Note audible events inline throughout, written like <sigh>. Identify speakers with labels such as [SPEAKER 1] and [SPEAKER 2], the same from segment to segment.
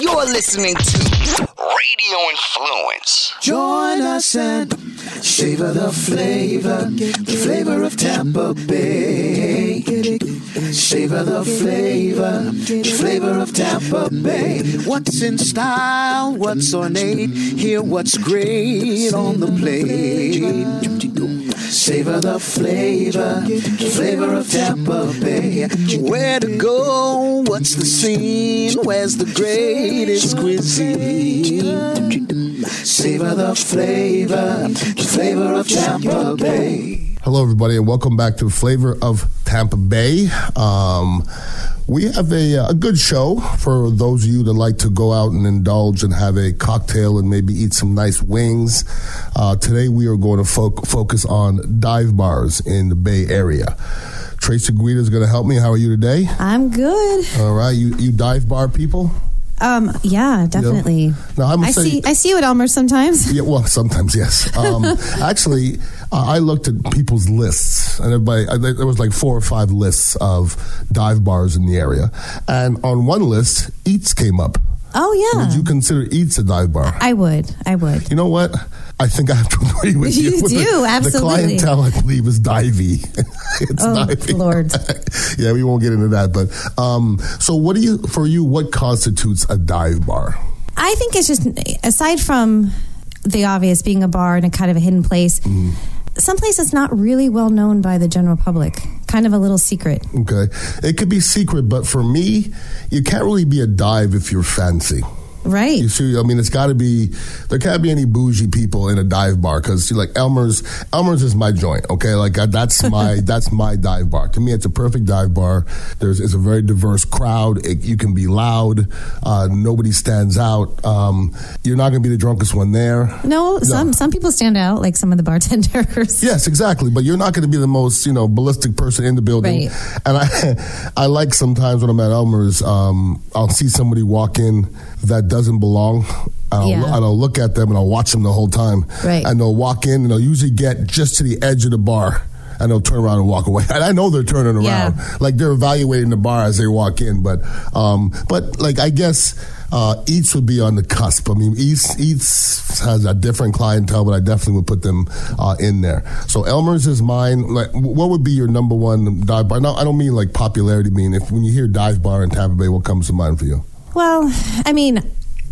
[SPEAKER 1] You're listening to Radio Influence.
[SPEAKER 2] Join us and savor the flavor, the flavor of Tampa Bay. Savor the flavor, the flavor of Tampa Bay. What's in style? What's ornate? Hear what's great on the plate. Savor the flavor, the flavor of Tampa Bay. Where to go? What's the scene? Where's the greatest cuisine? Savor the flavor, the flavor of Tampa Bay.
[SPEAKER 3] Hello, everybody, and welcome back to Flavor of Tampa Bay. Um, we have a, a good show for those of you that like to go out and indulge and have a cocktail and maybe eat some nice wings. Uh, today, we are going to fo- focus on dive bars in the Bay Area. Tracy Guida is going to help me. How are you today?
[SPEAKER 4] I'm good.
[SPEAKER 3] All right, you, you dive bar people?
[SPEAKER 4] Um, yeah, definitely.
[SPEAKER 3] No, I'm
[SPEAKER 4] I
[SPEAKER 3] say-
[SPEAKER 4] see. I see you at Elmer sometimes. <laughs>
[SPEAKER 3] Yeah, well, sometimes yes. Um, actually, I I looked at people's lists, and everybody I think there was like four or five lists of dive bars in the area, and on one list, Eats came up.
[SPEAKER 4] Oh yeah,
[SPEAKER 3] Would you consider Eats a dive bar?
[SPEAKER 4] I would. I would.
[SPEAKER 3] You know what? I think I have to <laughs> agree with you.
[SPEAKER 4] You
[SPEAKER 3] The-
[SPEAKER 4] do,
[SPEAKER 3] The
[SPEAKER 4] absolutely.
[SPEAKER 3] clientele, I believe, is divey. <laughs> it's
[SPEAKER 4] Oh
[SPEAKER 3] divey.
[SPEAKER 4] Lord.
[SPEAKER 3] <laughs> yeah, we won't get into that. But um, so, what do you for you? What constitutes a dive bar?
[SPEAKER 4] I think it's just aside from the obvious being a bar and a kind of a hidden place,
[SPEAKER 3] Mm.
[SPEAKER 4] someplace that's not really well known by the general public. Kind of a little secret.
[SPEAKER 3] Okay. It could be secret, but for me, you can't really be a dive if you're fancy.
[SPEAKER 4] Right.
[SPEAKER 3] You see, I mean, it's got to be, there can't be any bougie people in a dive bar because, like, Elmer's, Elmer's is my joint, okay? Like, I- that's my, that's my dive bar. To me, it's a perfect dive bar. There's, it's a very diverse crowd. It, you can be loud. Uh, nobody stands out. Um, you're not going to be the drunkest one there.
[SPEAKER 4] no, some some people stand out, like some of the bartenders.
[SPEAKER 3] Yes, exactly. But you're not going to be the most, you know, ballistic person in the building.
[SPEAKER 4] Right.
[SPEAKER 3] And I, <laughs> I like sometimes when I'm at Elmer's, um, I'll see somebody walk in that doesn't belong. And I'll,
[SPEAKER 4] Yeah.
[SPEAKER 3] and I'll look at them and I'll watch them the whole time.
[SPEAKER 4] Right.
[SPEAKER 3] And they'll walk in and they'll usually get just to the edge of the bar. And they'll turn around and walk away. <laughs> And I know they're turning
[SPEAKER 4] Yeah.
[SPEAKER 3] around, like they're evaluating the bar as they walk in. But, um, but like I guess uh, Eats would be on the cusp. I mean, Eats Eats has a different clientele, but I definitely would put them uh, in there. So Elmer's is mine. Like, what would be your number one dive bar? No, I don't mean like popularity. I mean, if when you hear dive bar in Tampa Bay, what comes to mind for you?
[SPEAKER 4] Well, I mean,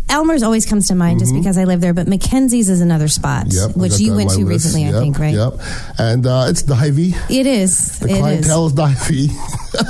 [SPEAKER 4] Elmer's always comes to mind just because I live there, but Mackenzie's is another spot,
[SPEAKER 3] Mm-hmm. Yep, I
[SPEAKER 4] which
[SPEAKER 3] got that
[SPEAKER 4] you
[SPEAKER 3] on
[SPEAKER 4] went
[SPEAKER 3] my
[SPEAKER 4] to
[SPEAKER 3] list.
[SPEAKER 4] recently,
[SPEAKER 3] Yep,
[SPEAKER 4] I think, right?
[SPEAKER 3] Yep, and uh, it's divey.
[SPEAKER 4] It is.
[SPEAKER 3] The
[SPEAKER 4] it is.
[SPEAKER 3] clientele is divey. <laughs>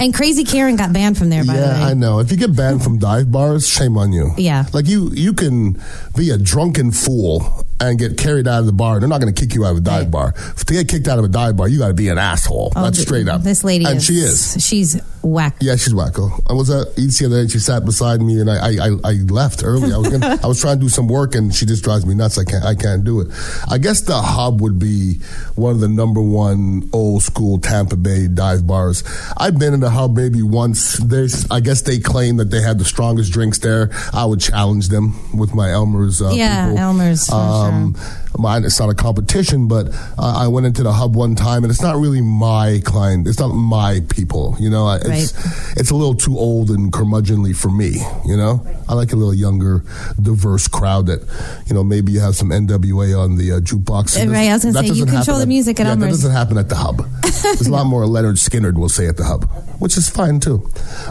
[SPEAKER 4] And Crazy Karen got banned from there, by
[SPEAKER 3] yeah,
[SPEAKER 4] the way.
[SPEAKER 3] I know. If you get banned from dive bars, shame on you.
[SPEAKER 4] Yeah.
[SPEAKER 3] like you you can be a drunken fool and get carried out of the bar. They're not going to kick you out of a dive bar. To get kicked out of a dive bar, you got to be an asshole.
[SPEAKER 4] Oh,
[SPEAKER 3] That's
[SPEAKER 4] th-
[SPEAKER 3] straight up.
[SPEAKER 4] This lady
[SPEAKER 3] and
[SPEAKER 4] is,
[SPEAKER 3] she is.
[SPEAKER 4] She's whack.
[SPEAKER 3] Yeah, she's wacko. I was uh, at Eats the other day. and She sat beside me, and I I, I, I left early. I was gonna, I was trying to do some work, and she just drives me nuts. I can't I can't do it. I guess the hub would be one of the number one old school Tampa Bay dive bars. I've been in the hub maybe once. There's I guess they claim that they had the strongest drinks there. I would challenge them with my Elmer's. Uh,
[SPEAKER 4] Yeah,
[SPEAKER 3] people.
[SPEAKER 4] Elmer's, for
[SPEAKER 3] Um, mine, it's not a competition, but uh, I went into the hub one time, and it's not really my client. It's not my people. You know, I- it's it's a little too old and curmudgeonly for me. You know, I like a little younger, diverse crowd that, you know, maybe you have some NWA on the uh, jukebox.
[SPEAKER 4] Uh, right, I was gonna
[SPEAKER 3] That
[SPEAKER 4] say, you
[SPEAKER 3] doesn't
[SPEAKER 4] control
[SPEAKER 3] happen
[SPEAKER 4] the music at
[SPEAKER 3] yeah, That
[SPEAKER 4] Elmer's.
[SPEAKER 3] doesn't happen at the hub. There's a lot more Leonard Skinner will say at the hub, which is fine too.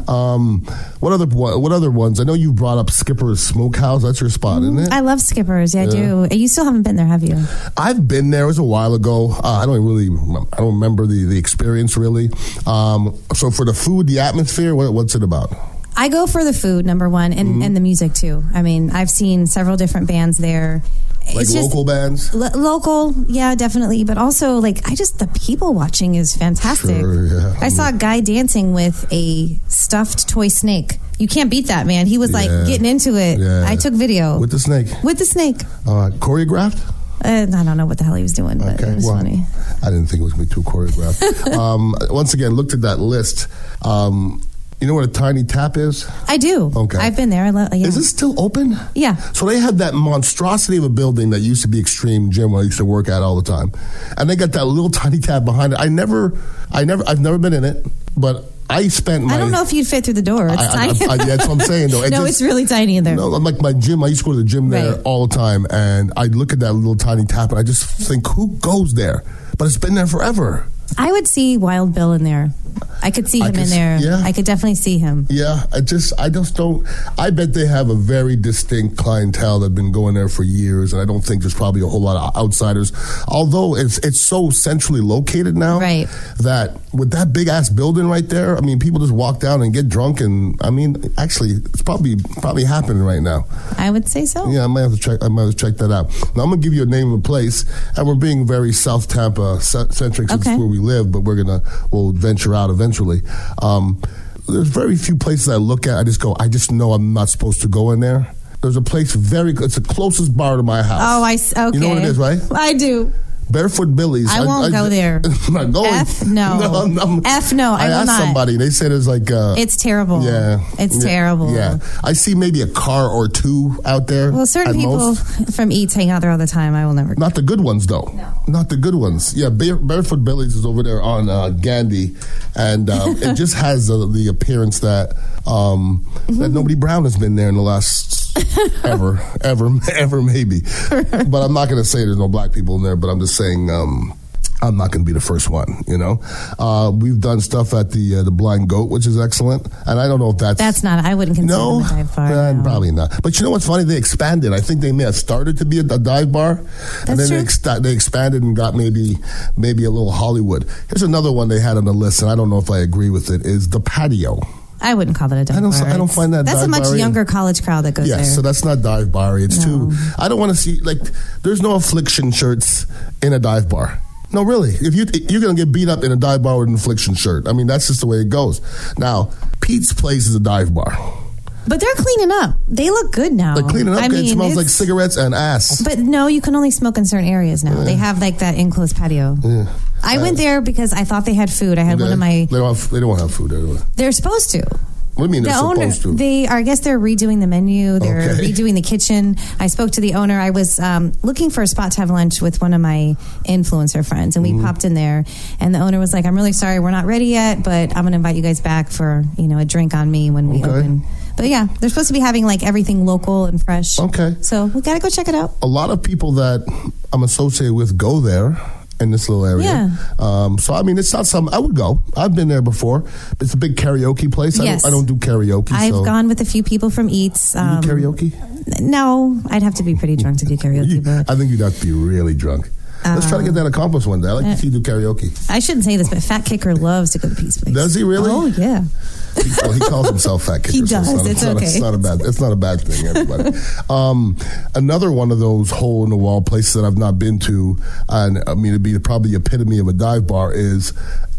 [SPEAKER 3] Um, what other what other ones? I know you brought up Skipper's Smokehouse. That's your spot, isn't it?
[SPEAKER 4] I love Skippers. Yeah, I do. You still haven't been there, have you?
[SPEAKER 3] I've been there. It was a while ago. Uh, I don't really, I don't remember the, the experience really. Um, so for the food, the atmosphere, what, what's it about?
[SPEAKER 4] I go for the food, number one, and,
[SPEAKER 3] Mm-hmm.
[SPEAKER 4] and the music, too. I mean, I've seen several different bands there.
[SPEAKER 3] Like
[SPEAKER 4] It's just-
[SPEAKER 3] local bands?
[SPEAKER 4] Lo- local, yeah, definitely. But also, like, I just, the people watching is fantastic.
[SPEAKER 3] Sure, yeah.
[SPEAKER 4] I saw a guy dancing with a stuffed toy snake. You can't beat that, man. He was like
[SPEAKER 3] Yeah.
[SPEAKER 4] getting into it.
[SPEAKER 3] Yeah.
[SPEAKER 4] I took video
[SPEAKER 3] With
[SPEAKER 4] with,
[SPEAKER 3] the snake,
[SPEAKER 4] the snake.
[SPEAKER 3] uh, choreographed.
[SPEAKER 4] Uh, I don't know what the hell he was doing, but it was
[SPEAKER 3] well,
[SPEAKER 4] funny.
[SPEAKER 3] I didn't think it was going to be too
[SPEAKER 4] <laughs>
[SPEAKER 3] choreographed. um, once again, looked at that list. Um, you know what a tiny tap is?
[SPEAKER 4] I do.
[SPEAKER 3] Okay.
[SPEAKER 4] I've been there. I love. Yeah.
[SPEAKER 3] Is it still open?
[SPEAKER 4] Yeah.
[SPEAKER 3] So they had that monstrosity of a building that used to be Extreme Gym where I used to work at all the <laughs> time, and they got that little tiny tab behind it. I never, I never, I've never been in it, but I spent. My,
[SPEAKER 4] I don't know if you'd fit through the door. It's
[SPEAKER 3] I- I-
[SPEAKER 4] tiny.
[SPEAKER 3] I- that's what I'm saying,
[SPEAKER 4] <laughs>
[SPEAKER 3] though. It
[SPEAKER 4] no,
[SPEAKER 3] just-
[SPEAKER 4] it's really tiny in there.
[SPEAKER 3] No, I'm like my gym. I used to go to the gym there
[SPEAKER 4] Right.
[SPEAKER 3] all the time, and I'd look at that little tiny tap, and I just think, who goes there? But it's been there forever.
[SPEAKER 4] I would see Wild Bill in there. I could see
[SPEAKER 3] I
[SPEAKER 4] him
[SPEAKER 3] could
[SPEAKER 4] in
[SPEAKER 3] s-
[SPEAKER 4] there.
[SPEAKER 3] yeah.
[SPEAKER 4] I could definitely see him.
[SPEAKER 3] Yeah, I just, I just don't. I bet they have a very distinct clientele that've been going there for years, and I don't think there's probably a whole lot of outsiders. Although it's it's so centrally located now,
[SPEAKER 4] Right.
[SPEAKER 3] That with that big ass building right there, I mean, people just walk down and get drunk, and I mean, actually, it's probably probably happening right now.
[SPEAKER 4] I would say so.
[SPEAKER 3] Yeah, I might have to check. I might have to check that out. Now I'm gonna give you a name of a place, and we're being very South Tampa ce- centric since
[SPEAKER 4] Okay.
[SPEAKER 3] where we live, but we're gonna we'll venture out eventually. Um, there's very few places I look at. I just go. I just know I'm not supposed to go in there. There's a place very. It's the closest bar to my house.
[SPEAKER 4] Oh, I s- okay.
[SPEAKER 3] You know what it is, right?
[SPEAKER 4] I do.
[SPEAKER 3] Barefoot Billy's.
[SPEAKER 4] I won't go there.
[SPEAKER 3] <laughs> I'm not going. <laughs>
[SPEAKER 4] F no.
[SPEAKER 3] I'm- I'm-
[SPEAKER 4] F no, I will
[SPEAKER 3] asked
[SPEAKER 4] not.
[SPEAKER 3] somebody. They said it's like. Uh,
[SPEAKER 4] It's terrible.
[SPEAKER 3] yeah,
[SPEAKER 4] It's
[SPEAKER 3] Yeah.
[SPEAKER 4] terrible.
[SPEAKER 3] Yeah, I see maybe a car or two out there.
[SPEAKER 4] Well,
[SPEAKER 3] at
[SPEAKER 4] certain people
[SPEAKER 3] most.
[SPEAKER 4] <laughs> from Eats hang out there all the time. I will never.
[SPEAKER 3] Not the good ones, though. Not the good ones. Yeah, Bare- Barefoot Billy's is over there on uh, Gandhi, and um, it just has the, the appearance that um, that nobody Brown has been there in the last ever, ever, ever, maybe. but I'm not going to say there's no black people in there. But I'm just saying. Um, I'm not going to be the first one, you know. Uh, we've done stuff at the uh, the Blind Goat, which is excellent, and I don't know if that's
[SPEAKER 4] That's not. I wouldn't consider
[SPEAKER 3] no,
[SPEAKER 4] them a dive bar.
[SPEAKER 3] nah,
[SPEAKER 4] no.
[SPEAKER 3] probably not. But you know what's funny? They expanded. I think they may have started to be a, a dive bar, and then
[SPEAKER 4] That's
[SPEAKER 3] they,
[SPEAKER 4] true.
[SPEAKER 3] ex- they expanded and got maybe maybe a little Hollywood. Here's another one they had on the list, and I don't know if I agree with it. Is the patio?
[SPEAKER 4] I wouldn't call that a dive
[SPEAKER 3] I don't-
[SPEAKER 4] bar.
[SPEAKER 3] I don't
[SPEAKER 4] It's-
[SPEAKER 3] find that
[SPEAKER 4] That's a
[SPEAKER 3] dive
[SPEAKER 4] much
[SPEAKER 3] bar-y.
[SPEAKER 4] younger college crowd that goes
[SPEAKER 3] Yeah,
[SPEAKER 4] there.
[SPEAKER 3] so that's not dive bar. It's
[SPEAKER 4] No.
[SPEAKER 3] too. I don't want to see like there's no affliction shirts in a dive bar. No, really. If you you're gonna get beat up in a dive bar with an affliction shirt, I mean that's just the way it goes. Now, Pete's place is a dive bar.
[SPEAKER 4] but they're cleaning up. They look good now.
[SPEAKER 3] Like cleaning up,
[SPEAKER 4] Oh. I
[SPEAKER 3] it
[SPEAKER 4] mean,
[SPEAKER 3] smells like
[SPEAKER 4] it's-
[SPEAKER 3] cigarettes and ass.
[SPEAKER 4] But no, you can only smoke in certain areas now. They have like that enclosed patio. I went
[SPEAKER 3] Uh,
[SPEAKER 4] there because I thought they had food. I had one of my.
[SPEAKER 3] They don't have, they don't have food there. What
[SPEAKER 4] They're supposed to.
[SPEAKER 3] do you mean they're
[SPEAKER 4] the owner,
[SPEAKER 3] supposed to?
[SPEAKER 4] they are. I guess they're redoing the menu. They're
[SPEAKER 3] Okay.
[SPEAKER 4] redoing the kitchen. I spoke to the owner. I was um, looking for a spot to have lunch with one of my influencer friends, and we
[SPEAKER 3] Mm-hmm.
[SPEAKER 4] popped in there. And the owner was like, "I'm really sorry, we're not ready yet, but I'm going to invite you guys back for you know a drink on me when we
[SPEAKER 3] Okay.
[SPEAKER 4] open." But yeah, they're supposed to be having like everything local and fresh.
[SPEAKER 3] Okay.
[SPEAKER 4] so we got to go check it out.
[SPEAKER 3] a lot of people that I'm associated with go there in this little area.
[SPEAKER 4] Yeah.
[SPEAKER 3] Um, so I mean, it's not some I would go. I've been there before. It's a big karaoke place. I,
[SPEAKER 4] Yes.
[SPEAKER 3] don't, I don't do karaoke.
[SPEAKER 4] I've
[SPEAKER 3] so.
[SPEAKER 4] gone with a few people from Eats.
[SPEAKER 3] You
[SPEAKER 4] Um,
[SPEAKER 3] do karaoke?
[SPEAKER 4] No, I'd have to be pretty Uh, drunk to do karaoke, but
[SPEAKER 3] I think you'd have to be really drunk. Let's try to get that accomplished one day. I like to see you do karaoke.
[SPEAKER 4] I shouldn't say this, but Fat Kicker loves to go to Pete's Place.
[SPEAKER 3] Does he really?
[SPEAKER 4] Oh yeah.
[SPEAKER 3] He- well, he calls himself fat kicker.
[SPEAKER 4] He
[SPEAKER 3] so It's,
[SPEAKER 4] does.
[SPEAKER 3] not,
[SPEAKER 4] It's
[SPEAKER 3] not,
[SPEAKER 4] okay.
[SPEAKER 3] It's not a bad. It's not a bad thing.
[SPEAKER 4] <laughs>
[SPEAKER 3] Everybody. um, another one of those hole in the wall places that I've not been to, and I mean it'd be probably the epitome of a dive bar is.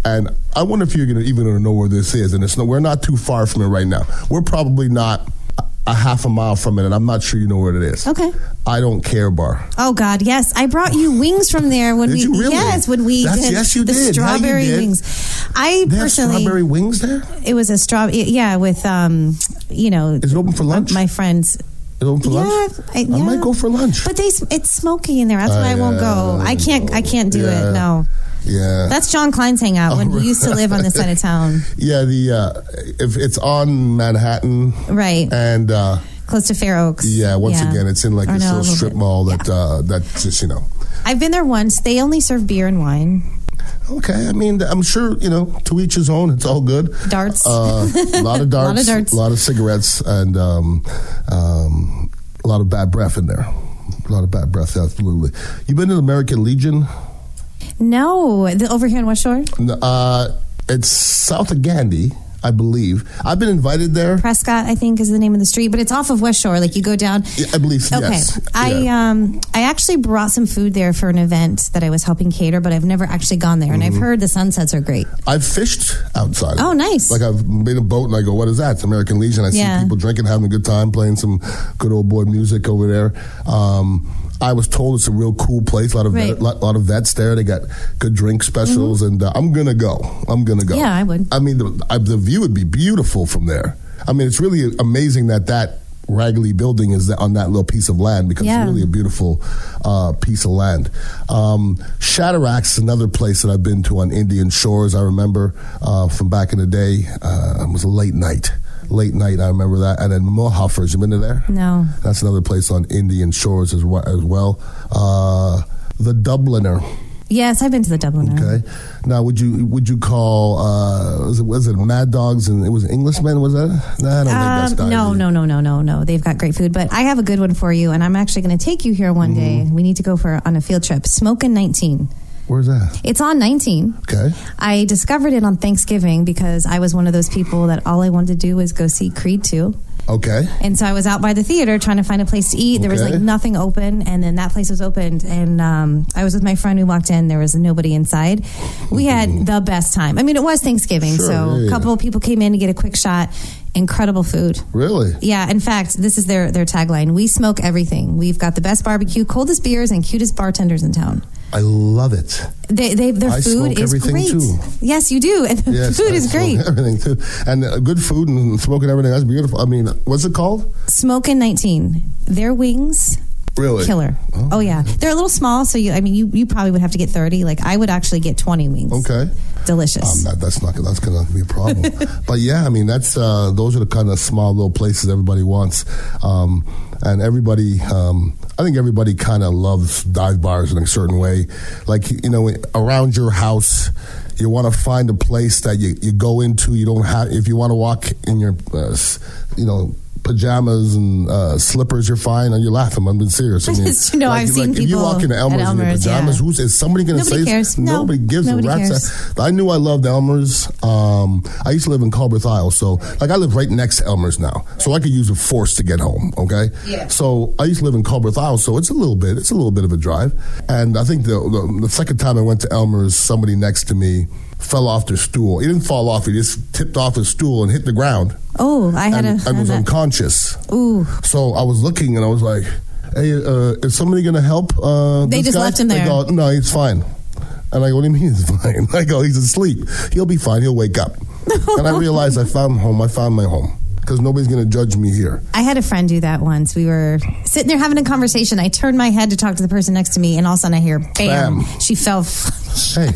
[SPEAKER 3] And I wonder if you're gonna even gonna know where this is. And it's no, we're not too far from it right now. We're probably not a- a half a mile from it, and I'm not sure you know where it is.
[SPEAKER 4] Okay.
[SPEAKER 3] I don't care bar.
[SPEAKER 4] Oh God, yes! I brought you wings from there when
[SPEAKER 3] Did
[SPEAKER 4] we
[SPEAKER 3] you really?
[SPEAKER 4] yes when we
[SPEAKER 3] That's-
[SPEAKER 4] did
[SPEAKER 3] yes, you
[SPEAKER 4] the
[SPEAKER 3] did. Yeah, you
[SPEAKER 4] strawberry
[SPEAKER 3] did.
[SPEAKER 4] wings. I
[SPEAKER 3] They have
[SPEAKER 4] personally
[SPEAKER 3] strawberry wings there.
[SPEAKER 4] it was a straw yeah with um you know
[SPEAKER 3] Is it open for lunch?
[SPEAKER 4] Uh, my friends.
[SPEAKER 3] Is it open for
[SPEAKER 4] yeah,
[SPEAKER 3] lunch?
[SPEAKER 4] I,
[SPEAKER 3] I
[SPEAKER 4] yeah.
[SPEAKER 3] might go for lunch.
[SPEAKER 4] But they s- it's smoky in there. That's why I won't go. I can't I can't do
[SPEAKER 3] Yeah.
[SPEAKER 4] it. No,
[SPEAKER 3] yeah.
[SPEAKER 4] that's John
[SPEAKER 3] <laughs>
[SPEAKER 4] Klein's hangout when
[SPEAKER 3] right.
[SPEAKER 4] we used to live on this side of town,
[SPEAKER 3] Yeah, the uh, if it's on Manhattan,
[SPEAKER 4] right
[SPEAKER 3] and uh,
[SPEAKER 4] close to Fair Oaks.
[SPEAKER 3] yeah, once again, it's in like
[SPEAKER 4] Or
[SPEAKER 3] this
[SPEAKER 4] no, a
[SPEAKER 3] little
[SPEAKER 4] little
[SPEAKER 3] strip
[SPEAKER 4] bit.
[SPEAKER 3] mall that uh, that just you know.
[SPEAKER 4] I've been there once. They only serve beer and wine.
[SPEAKER 3] Okay, I mean, I'm sure you know to each his own. It's all good.
[SPEAKER 4] Darts.
[SPEAKER 3] uh, a lot of darts,
[SPEAKER 4] Lot of darts.
[SPEAKER 3] lot of cigarettes, and um, um, a lot of bad breath in there. A lot of bad breath, absolutely. You been to the American Legion?
[SPEAKER 4] No, the, over here in West Shore,
[SPEAKER 3] N- Uh, it's south of Gandhi, I believe. I've been invited there.
[SPEAKER 4] Prescott, I think, is the name of the street, but it's off of West Shore. Like you go down.
[SPEAKER 3] Yeah, I believe.
[SPEAKER 4] Okay,
[SPEAKER 3] Yes.
[SPEAKER 4] I
[SPEAKER 3] Yeah.
[SPEAKER 4] um I actually brought some food there for an event that I was helping cater, but I've never actually gone there, and I've
[SPEAKER 3] Mm-hmm.
[SPEAKER 4] heard the sunsets are great.
[SPEAKER 3] I've fished outside.
[SPEAKER 4] Oh,
[SPEAKER 3] of it.
[SPEAKER 4] nice.
[SPEAKER 3] Like I've made a boat and I go, what is that? It's American Legion. I
[SPEAKER 4] Yeah.
[SPEAKER 3] see people drinking, having a good time, playing some good old boy music over there. Um, I was told it's a real cool place. A lot of
[SPEAKER 4] Right. Mm-hmm.
[SPEAKER 3] vet, lot, lot of vets there. They got good drink specials, and uh, I'm gonna go. I'm gonna go.
[SPEAKER 4] Yeah, I would.
[SPEAKER 3] I mean, the, I, the view would be beautiful from there. I mean, it's really amazing that that raggedy building is that on that little piece of land because
[SPEAKER 4] Yeah.
[SPEAKER 3] it's really a beautiful uh, piece of land. Um, Shadarach's another place that I've been to on Indian shores. I remember uh, from back in the day. Uh, it was a late night. Late night, I remember that. And then Mohoffers, you been to there?
[SPEAKER 4] No.
[SPEAKER 3] That's another place on Indian shores as well. As well. Uh, the Dubliner.
[SPEAKER 4] Yes, I've been to the Dubliner.
[SPEAKER 3] Okay.
[SPEAKER 4] Mm.
[SPEAKER 3] Now, would you would you call uh, was it was it Mad Dogs and it was Englishmen? Was that? Nah, I don't think that's
[SPEAKER 4] Um,
[SPEAKER 3] diarrhea.
[SPEAKER 4] no, no, no, no, no, no. They've got great food, but I have a good one for you, and I'm actually going to take you here one day.
[SPEAKER 3] Mm-hmm.
[SPEAKER 4] We need to go for on a field trip. Smokin' 19.
[SPEAKER 3] Where's that?
[SPEAKER 4] It's on 19.
[SPEAKER 3] Okay.
[SPEAKER 4] I discovered it on Thanksgiving because I was one of those people that all I wanted to do was go see Creed 2.
[SPEAKER 3] Okay.
[SPEAKER 4] And so I was out by the theater trying to find a place to eat. There was
[SPEAKER 3] Okay.
[SPEAKER 4] like nothing open, and then that place was opened. And um, I was with my friend. We walked in. There was nobody inside. We had the best time. I mean, it was Thanksgiving,
[SPEAKER 3] Mm-hmm. Sure,
[SPEAKER 4] so
[SPEAKER 3] yeah, yeah.
[SPEAKER 4] a couple of people came in to get a quick shot. Incredible food.
[SPEAKER 3] Really?
[SPEAKER 4] Yeah, in fact, this is their their tagline. We smoke everything. We've got the best barbecue, coldest beers, and cutest bartenders in town.
[SPEAKER 3] I love it.
[SPEAKER 4] They, they their
[SPEAKER 3] I
[SPEAKER 4] food
[SPEAKER 3] smoke
[SPEAKER 4] is
[SPEAKER 3] everything,
[SPEAKER 4] great.
[SPEAKER 3] too.
[SPEAKER 4] Yes, you do. <laughs> And the
[SPEAKER 3] Yes,
[SPEAKER 4] food
[SPEAKER 3] I
[SPEAKER 4] is
[SPEAKER 3] smoke <laughs>
[SPEAKER 4] great.
[SPEAKER 3] Everything too, and uh, good food and smoking everything. That's beautiful. I mean, what's it called?
[SPEAKER 4] Smoking 19. Their wings
[SPEAKER 3] Really?
[SPEAKER 4] killer. Oh, yeah. They're a little small, so you I mean you you probably would have to get 30. Like I would actually get 20 wings.
[SPEAKER 3] Okay. Um,
[SPEAKER 4] Delicious.
[SPEAKER 3] that, that's not that's gonna be a
[SPEAKER 4] <laughs>
[SPEAKER 3] problem. but yeah, I mean that's uh, those are the kind of small little places everybody wants, um, and everybody. Um, I think everybody kind of loves dive bars in a certain way. Like you know, around your house, you want to find a place that you, you go into. You don't have if you want to walk in your, uh, s- you know. Pajamas and uh, slippers, you're fine. And you're laughing. I'm being serious. I mean,
[SPEAKER 4] <laughs> You know, I've
[SPEAKER 3] like,
[SPEAKER 4] seen
[SPEAKER 3] like, if you
[SPEAKER 4] people
[SPEAKER 3] walk into
[SPEAKER 4] at
[SPEAKER 3] Elmer's, in your
[SPEAKER 4] Elmer's, yeah.
[SPEAKER 3] pajamas, who's is somebody going to
[SPEAKER 4] Nobody
[SPEAKER 3] say
[SPEAKER 4] cares. No.
[SPEAKER 3] Nobody gives
[SPEAKER 4] Nobody
[SPEAKER 3] a rat's
[SPEAKER 4] cares.
[SPEAKER 3] ass. I knew I loved Elmer's. Um, I used to live in Culberth Isle, so like I live right next to Elmer's now, so I could use a force to get home. Okay,
[SPEAKER 4] Yeah.
[SPEAKER 3] So I used to live in Culberth Isle, so it's a little bit, it's a little bit of a drive. And I think the the, the second time I went to Elmer's, somebody next to me fell off their stool. He didn't fall off; he just tipped off his stool and hit the ground,
[SPEAKER 4] Oh, I had
[SPEAKER 3] and,
[SPEAKER 4] a
[SPEAKER 3] and was
[SPEAKER 4] had a-
[SPEAKER 3] unconscious.
[SPEAKER 4] Ooh.
[SPEAKER 3] So I was looking and I was like, hey, uh, is somebody going to help? Uh,
[SPEAKER 4] They
[SPEAKER 3] this
[SPEAKER 4] just
[SPEAKER 3] guy?
[SPEAKER 4] left him
[SPEAKER 3] They
[SPEAKER 4] there.
[SPEAKER 3] go, no, he's fine. And I go, what do you mean he's <laughs> fine? I go, he's asleep. He'll be fine. He'll wake
[SPEAKER 4] <laughs>
[SPEAKER 3] up. and I realized I found home. I found my home because nobody's going to judge me here.
[SPEAKER 4] I had a friend do that once. We were sitting there having a conversation. I turned my head to talk to the person next to me, and all of a sudden I hear bam.
[SPEAKER 3] Bam.
[SPEAKER 4] She fell. f-
[SPEAKER 3] Hey,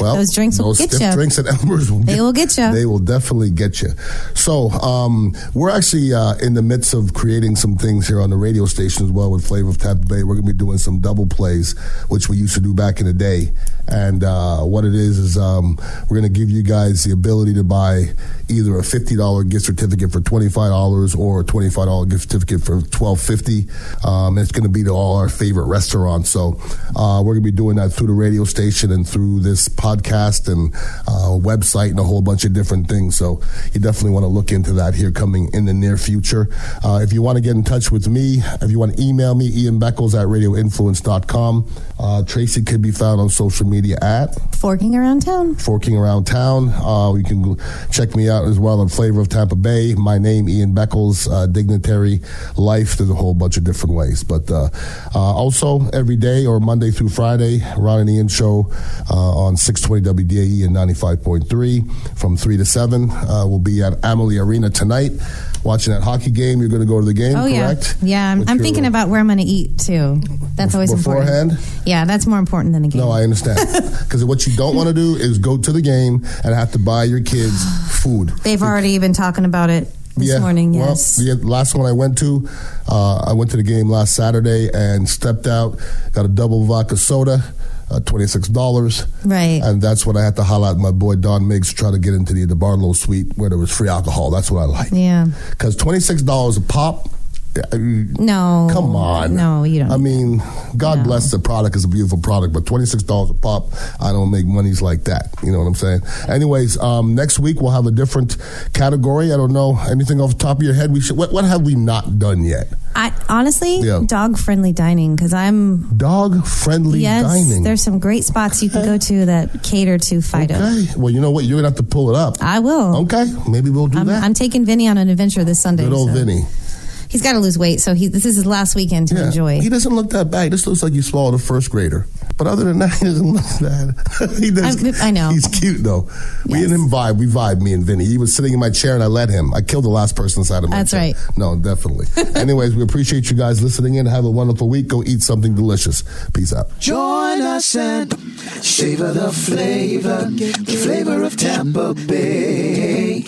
[SPEAKER 3] well,
[SPEAKER 4] Those drinks will
[SPEAKER 3] those
[SPEAKER 4] get
[SPEAKER 3] stiff
[SPEAKER 4] ya.
[SPEAKER 3] drinks at Elmer's will
[SPEAKER 4] They will get ya.
[SPEAKER 3] They will definitely get you. So um, we're actually uh, in the midst of creating some things here on the radio station as well with Flavor of Tampa Bay. We're going to be doing some double plays, which we used to do back in the day. And uh, what it is is um, we're going to give you guys the ability to buy either a fifty dollar gift certificate for twenty five dollars or a twenty five dollar gift certificate for twelve fifty. Um, it's going to be to all our favorite restaurants. So uh, we're going to be doing that through the radio station and through this podcast and uh, website and a whole bunch of different things. So you definitely want to look into that here coming in the near future. Uh, if you want to get in touch with me, if you want to email me, Ian Beckles at radioinfluence.com. Uh, Tracy could be found on social media at
[SPEAKER 4] Forking around town.
[SPEAKER 3] forking around town. Uh, you can go- check me out as well on Flavor of Tampa Bay. My name, Ian Beckles, uh, Dignitary Life. There's a whole bunch of different ways. But uh, uh, also every day or Monday through Friday, Ron and Ian show uh, on 620 WDAE E and 95.3 from 3 to 7. Uh, we'll be at Amalie Arena tonight watching that hockey game. You're going to go to the game,
[SPEAKER 4] Oh
[SPEAKER 3] correct?
[SPEAKER 4] yeah, yeah. I'm,
[SPEAKER 3] With
[SPEAKER 4] I'm
[SPEAKER 3] your-
[SPEAKER 4] thinking about where I'm going to eat too. That's always
[SPEAKER 3] beforehand?
[SPEAKER 4] important. Yeah, that's more important than the game.
[SPEAKER 3] No, I
[SPEAKER 4] <laughs>
[SPEAKER 3] understand. Because what you don't want to do is go to the game and have to buy your
[SPEAKER 4] <sighs>
[SPEAKER 3] kids food.
[SPEAKER 4] They've already been talking about it this morning. Yes.
[SPEAKER 3] Well, the last one I went to, uh, I went to the game last Saturday and stepped out, got a double vodka soda, uh, twenty six dollars.
[SPEAKER 4] Right.
[SPEAKER 3] And that's when I had to holler at my boy Don Miggs to try to get into the, the Barlow Suite where there was free alcohol. That's what I like.
[SPEAKER 4] yeah.
[SPEAKER 3] Because twenty six dollars a pop. uh,
[SPEAKER 4] No.
[SPEAKER 3] Come on.
[SPEAKER 4] Oh, No, you don't.
[SPEAKER 3] I mean, God
[SPEAKER 4] No.
[SPEAKER 3] bless the product. It's a beautiful product, but $26 a pop, I don't make monies like that. You know what I'm saying? Anyways, um, next week we'll have a different category. I don't know. Anything off the top of your head? We should. What, what have we not done yet?
[SPEAKER 4] I, honestly,
[SPEAKER 3] Yeah.
[SPEAKER 4] dog friendly dining because I'm.
[SPEAKER 3] Dog friendly
[SPEAKER 4] Yes,
[SPEAKER 3] dining.
[SPEAKER 4] there's some great spots you can go to that cater to Fido.
[SPEAKER 3] okay. Well, you know what? You're going to have to pull it up.
[SPEAKER 4] I will.
[SPEAKER 3] okay. Maybe we'll do
[SPEAKER 4] I'm,
[SPEAKER 3] that.
[SPEAKER 4] I'm taking Vinny on an adventure this Sunday.
[SPEAKER 3] Good old
[SPEAKER 4] so-
[SPEAKER 3] Vinny.
[SPEAKER 4] He's got to lose weight, so he, this is his last weekend to
[SPEAKER 3] Yeah.
[SPEAKER 4] enjoy.
[SPEAKER 3] He doesn't look that bad. This looks like you swallowed a first grader. But other than that, he doesn't look that. <laughs> he does.
[SPEAKER 4] I- I know.
[SPEAKER 3] He's cute though. We
[SPEAKER 4] Yes.
[SPEAKER 3] and him vibe. We vibe. Me and Vinny. He was sitting in my chair, and I let him. I killed the last person inside of my
[SPEAKER 4] That's
[SPEAKER 3] chair.
[SPEAKER 4] right.
[SPEAKER 3] No,
[SPEAKER 4] <laughs>
[SPEAKER 3] definitely. Anyways, we appreciate you guys listening in. Have a wonderful week. Go eat something delicious. Peace out.
[SPEAKER 2] Join us and savor the flavor, the flavor of Tampa Bay.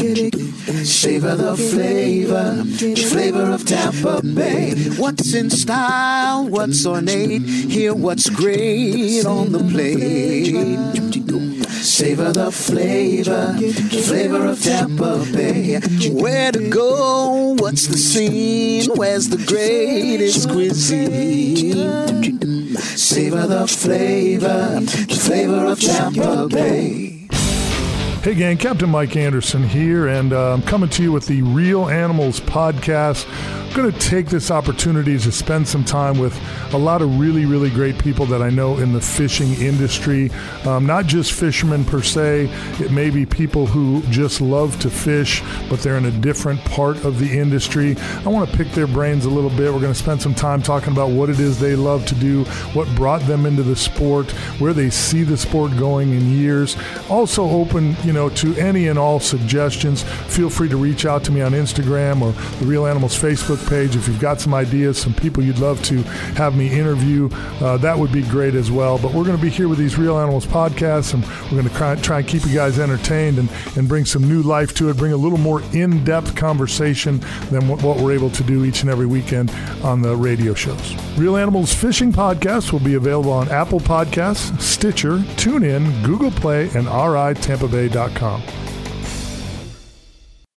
[SPEAKER 2] Savor the flavor, the flavor of Tampa Bay. What's in style? What's ornate? Hear what's great on the plate. Savor the flavor, the flavor of Tampa Bay. Where to go? What's the scene? Where's the greatest cuisine? Savor the flavor, the flavor of Tampa Bay.
[SPEAKER 5] Hey, gang, Captain Mike Anderson here, and uh, I'm coming to you with the Real Animals podcast. I'm going to take this opportunity to spend some time with a lot of really, really great people that I know in the fishing industry. Um, not just fishermen per se, it may be people who just love to fish, but they're in a different part of the industry. I want to pick their brains a little bit. We're going to spend some time talking about what it is they love to do, what brought them into the sport, where they see the sport going in years. Also open, you know, to any and all suggestions. Feel free to reach out to me on Instagram or the Real Animals Facebook page if you've got some ideas, some people you'd love to have me interview. Uh, that would be great as well. But we're going to be here with these Real Animals podcasts, and we're going to try, try and keep you guys entertained and, and bring some new life to it, bring a little more in depth conversation than what, what we're able to do each and every weekend on the radio shows. Real Animals Fishing Podcast will be available on Apple Podcasts, Stitcher, TuneIn, Google Play, and RITampaBay.com.